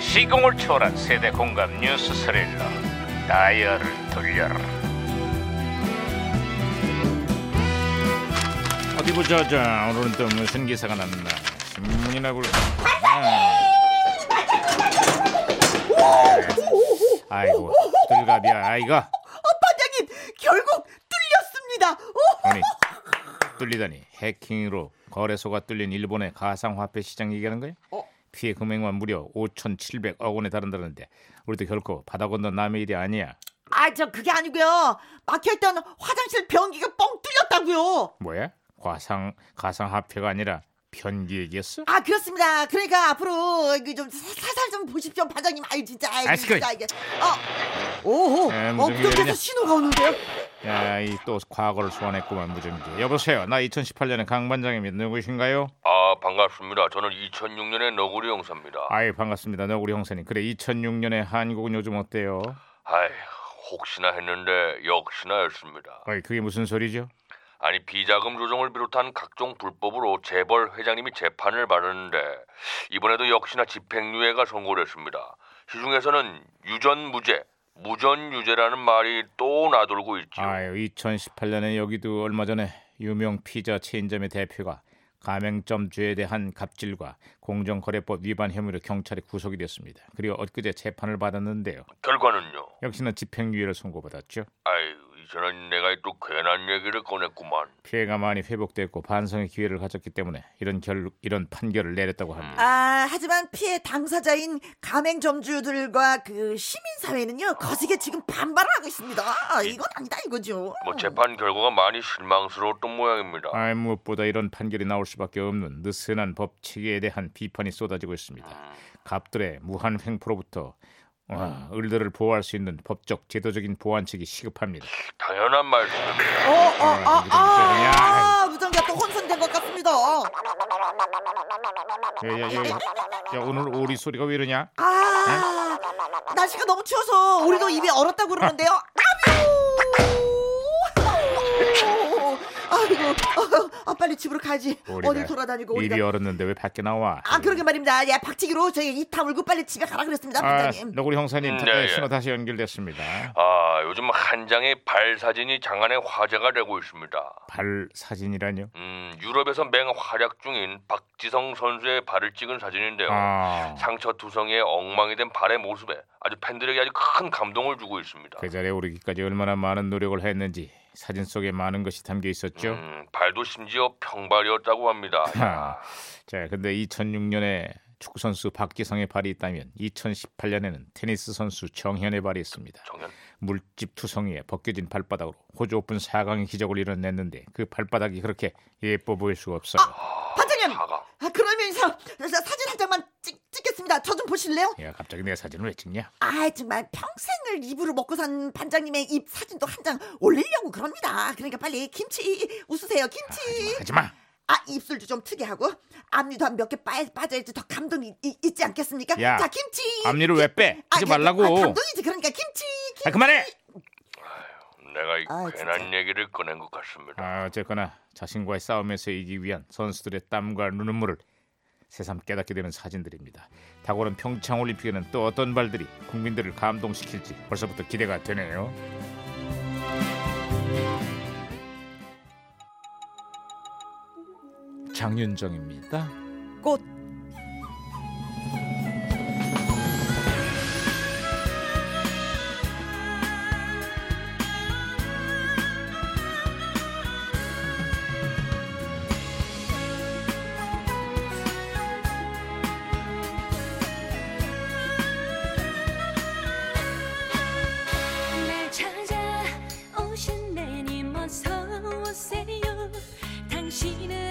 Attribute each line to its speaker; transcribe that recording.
Speaker 1: 시공을 초월한 세대 공감 뉴스 스릴러 다이얼을 돌려라 어디 보자 자 오늘은 또 무슨 기사가 났나 신문이나 볼까 아. 아이고 들갑이야 아이가
Speaker 2: 반장님 결국 뚫렸습니다. 어?
Speaker 1: 아니 뚫리다니 해킹으로 거래소가 뚫린 일본의 가상화폐 시장 얘기하는 거야? 피해 금액만 무려 5,700억 원에 다른다는데 우리도 결코 바다 건너 남의 일이 아니야.
Speaker 2: 아저 그게 아니고요. 막혀있던 화장실 변기가 뻥 뚫렸다고요.
Speaker 1: 뭐야? 과상 가상화폐가 아니라 변기 얘기였어?
Speaker 2: 아 그렇습니다. 그러니까 앞으로 이게 좀 사- 살살 좀 보십시오, 반장님. 아이 진짜 아이
Speaker 1: 아이, 시끄러.
Speaker 2: 진짜 이게 어 오호
Speaker 1: 에, 무슨 음, 일이냐?
Speaker 2: 업종에서 신호가 오는데요.
Speaker 1: 야, 이 또 과거를 소환했구만 무전기. 여보세요. 나 2018년의 강 반장입니다. 누구신가요?
Speaker 3: 아 반갑습니다. 저는 2006년의 너구리 형사입니다.
Speaker 1: 아이 반갑습니다. 너 우리 형사님. 그래 2006년에 한국은 요즘 어때요?
Speaker 3: 아이 혹시나 했는데 역시나였습니다.
Speaker 1: 어이 그게 무슨 소리죠?
Speaker 3: 아니 비자금 조정을 비롯한 각종 불법으로 재벌 회장님이 재판을 받았는데 이번에도 역시나 집행유예가 선고됐습니다. 시중에서는 유전무죄, 무전유죄라는 말이 또 나돌고 있죠.
Speaker 1: 아유 2018년에 여기도 얼마 전에 유명 피자 체인점의 대표가 가맹점주에 대한 갑질과 공정거래법 위반 혐의로 경찰에 구속이 됐습니다. 그리고 엊그제 재판을 받았는데요.
Speaker 3: 결과는요.
Speaker 1: 역시나 집행유예를 선고받았죠.
Speaker 3: 아이 이제는 내가 또 괜한 얘기를 꺼냈구만.
Speaker 1: 피해가 많이 회복됐고 반성의 기회를 가졌기 때문에 이런 결 이런 판결을 내렸다고 합니다.
Speaker 2: 아 하지만 피해 당사자인 가맹점주들과 그 시민사회는요 거세게 지금 반발을 하고 있습니다. 이건 아니다 이거죠.
Speaker 3: 뭐 재판 결과가 많이 실망스러웠던 모양입니다.
Speaker 1: 음. 아, 무엇보다 이런 판결이 나올 수밖에 없는 느슨한 법 체계에 대한 비판이 쏟아지고 있습니다. 갑들의 무한 횡포로부터 와, 을들을 보호할 수 있는 법적 제도적인 보완책이 시급합니다.
Speaker 3: 당연한 말씀입니다.
Speaker 2: 어어아아
Speaker 1: 음, 무전기야.
Speaker 2: 아, 무전기가 또 혼선된 것 같습니다.
Speaker 1: 야, 야, 야, 야, 야, 오늘 오리 소리가 왜 이러냐?
Speaker 2: 아, 날씨가 너무 추워서 우리도 입이 얼었다고 그러는데요. 아뮤! 아이고, 아, 빨리 집으로 가야지. 어딜 돌아다니고 우리가.
Speaker 1: 입이 얼었는데 왜 밖에 나와?
Speaker 2: 아, 그러게 말입니다. 예, 박치기로 저희 입 다물고 빨리 집에 가라 그랬습니다,
Speaker 1: 아,
Speaker 2: 부장님.
Speaker 1: 너구리 형사님
Speaker 3: 음,
Speaker 1: 다-
Speaker 3: 네, 예.
Speaker 1: 신호 다시 연결됐습니다.
Speaker 3: 아, 요즘 한 장의 발 사진이 장안의 화제가 되고 있습니다.
Speaker 1: 발 사진이라뇨?
Speaker 3: 음, 유럽에서 맹활약 중인 박지성 선수의 발을 찍은 사진인데요.
Speaker 1: 아,
Speaker 3: 상처 투성이에 엉망이 된 발의 모습에 아주 팬들에게 아주 큰 감동을 주고 있습니다.
Speaker 1: 그 자리에 오르기까지 얼마나 많은 노력을 했는지 사진 속에 많은 것이 담겨 있었죠.
Speaker 3: 음, 발도 심지어 평발이었다고 합니다.
Speaker 1: 아, 자, 근데 2006년에 축구 선수 박지성의 발이 있다면 2018년에는 테니스 선수 정현의 발이 있습니다.
Speaker 3: 정연.
Speaker 1: 물집 투성이에 벗겨진 발바닥으로 호주 오픈 4강의 기적을 이뤄냈는데 그 발바닥이 그렇게 예뻐 보일 수가 없어요.
Speaker 2: 반장님!
Speaker 3: 사과.
Speaker 2: 아, 그러면서 사- 사진 한 장만 찍, 찍겠습니다. 저 좀 보실래요?
Speaker 1: 야, 갑자기 내 사진을 왜 찍냐?
Speaker 2: 아, 정말 평생을 입으로 먹고 산 반장님의 입 사진도 한 장 올리려고 그럽니다. 그러니까 빨리 김치 웃으세요, 김치.
Speaker 1: 하지 마.
Speaker 2: 아 입술도 좀 특이하고 앞니도 한 몇 개 빠져야지 더 감동이 이- 있지 않겠습니까?
Speaker 1: 야,
Speaker 2: 자 김치
Speaker 1: 앞니를 왜 빼? 하지
Speaker 2: 아,
Speaker 1: 말라고.
Speaker 2: 아, 감동이지 그러니까 김치 김...
Speaker 1: 아, 그만해.
Speaker 3: 내가 이
Speaker 2: 아,
Speaker 3: 괜한
Speaker 2: 진짜.
Speaker 3: 얘기를 꺼낸 것 같습니다.
Speaker 1: 아, 어쨌거나 자신과의 싸움에서 이기 위한 선수들의 땀과 눈물을 새삼 깨닫게 되는 사진들입니다. 다고는 평창 올림픽에는 또 어떤 발들이 국민들을 감동시킬지 벌써부터 기대가 되네요. 장윤정입니다.
Speaker 2: 꽃
Speaker 4: 날 찾아오신 내님 어서 오세요 당신은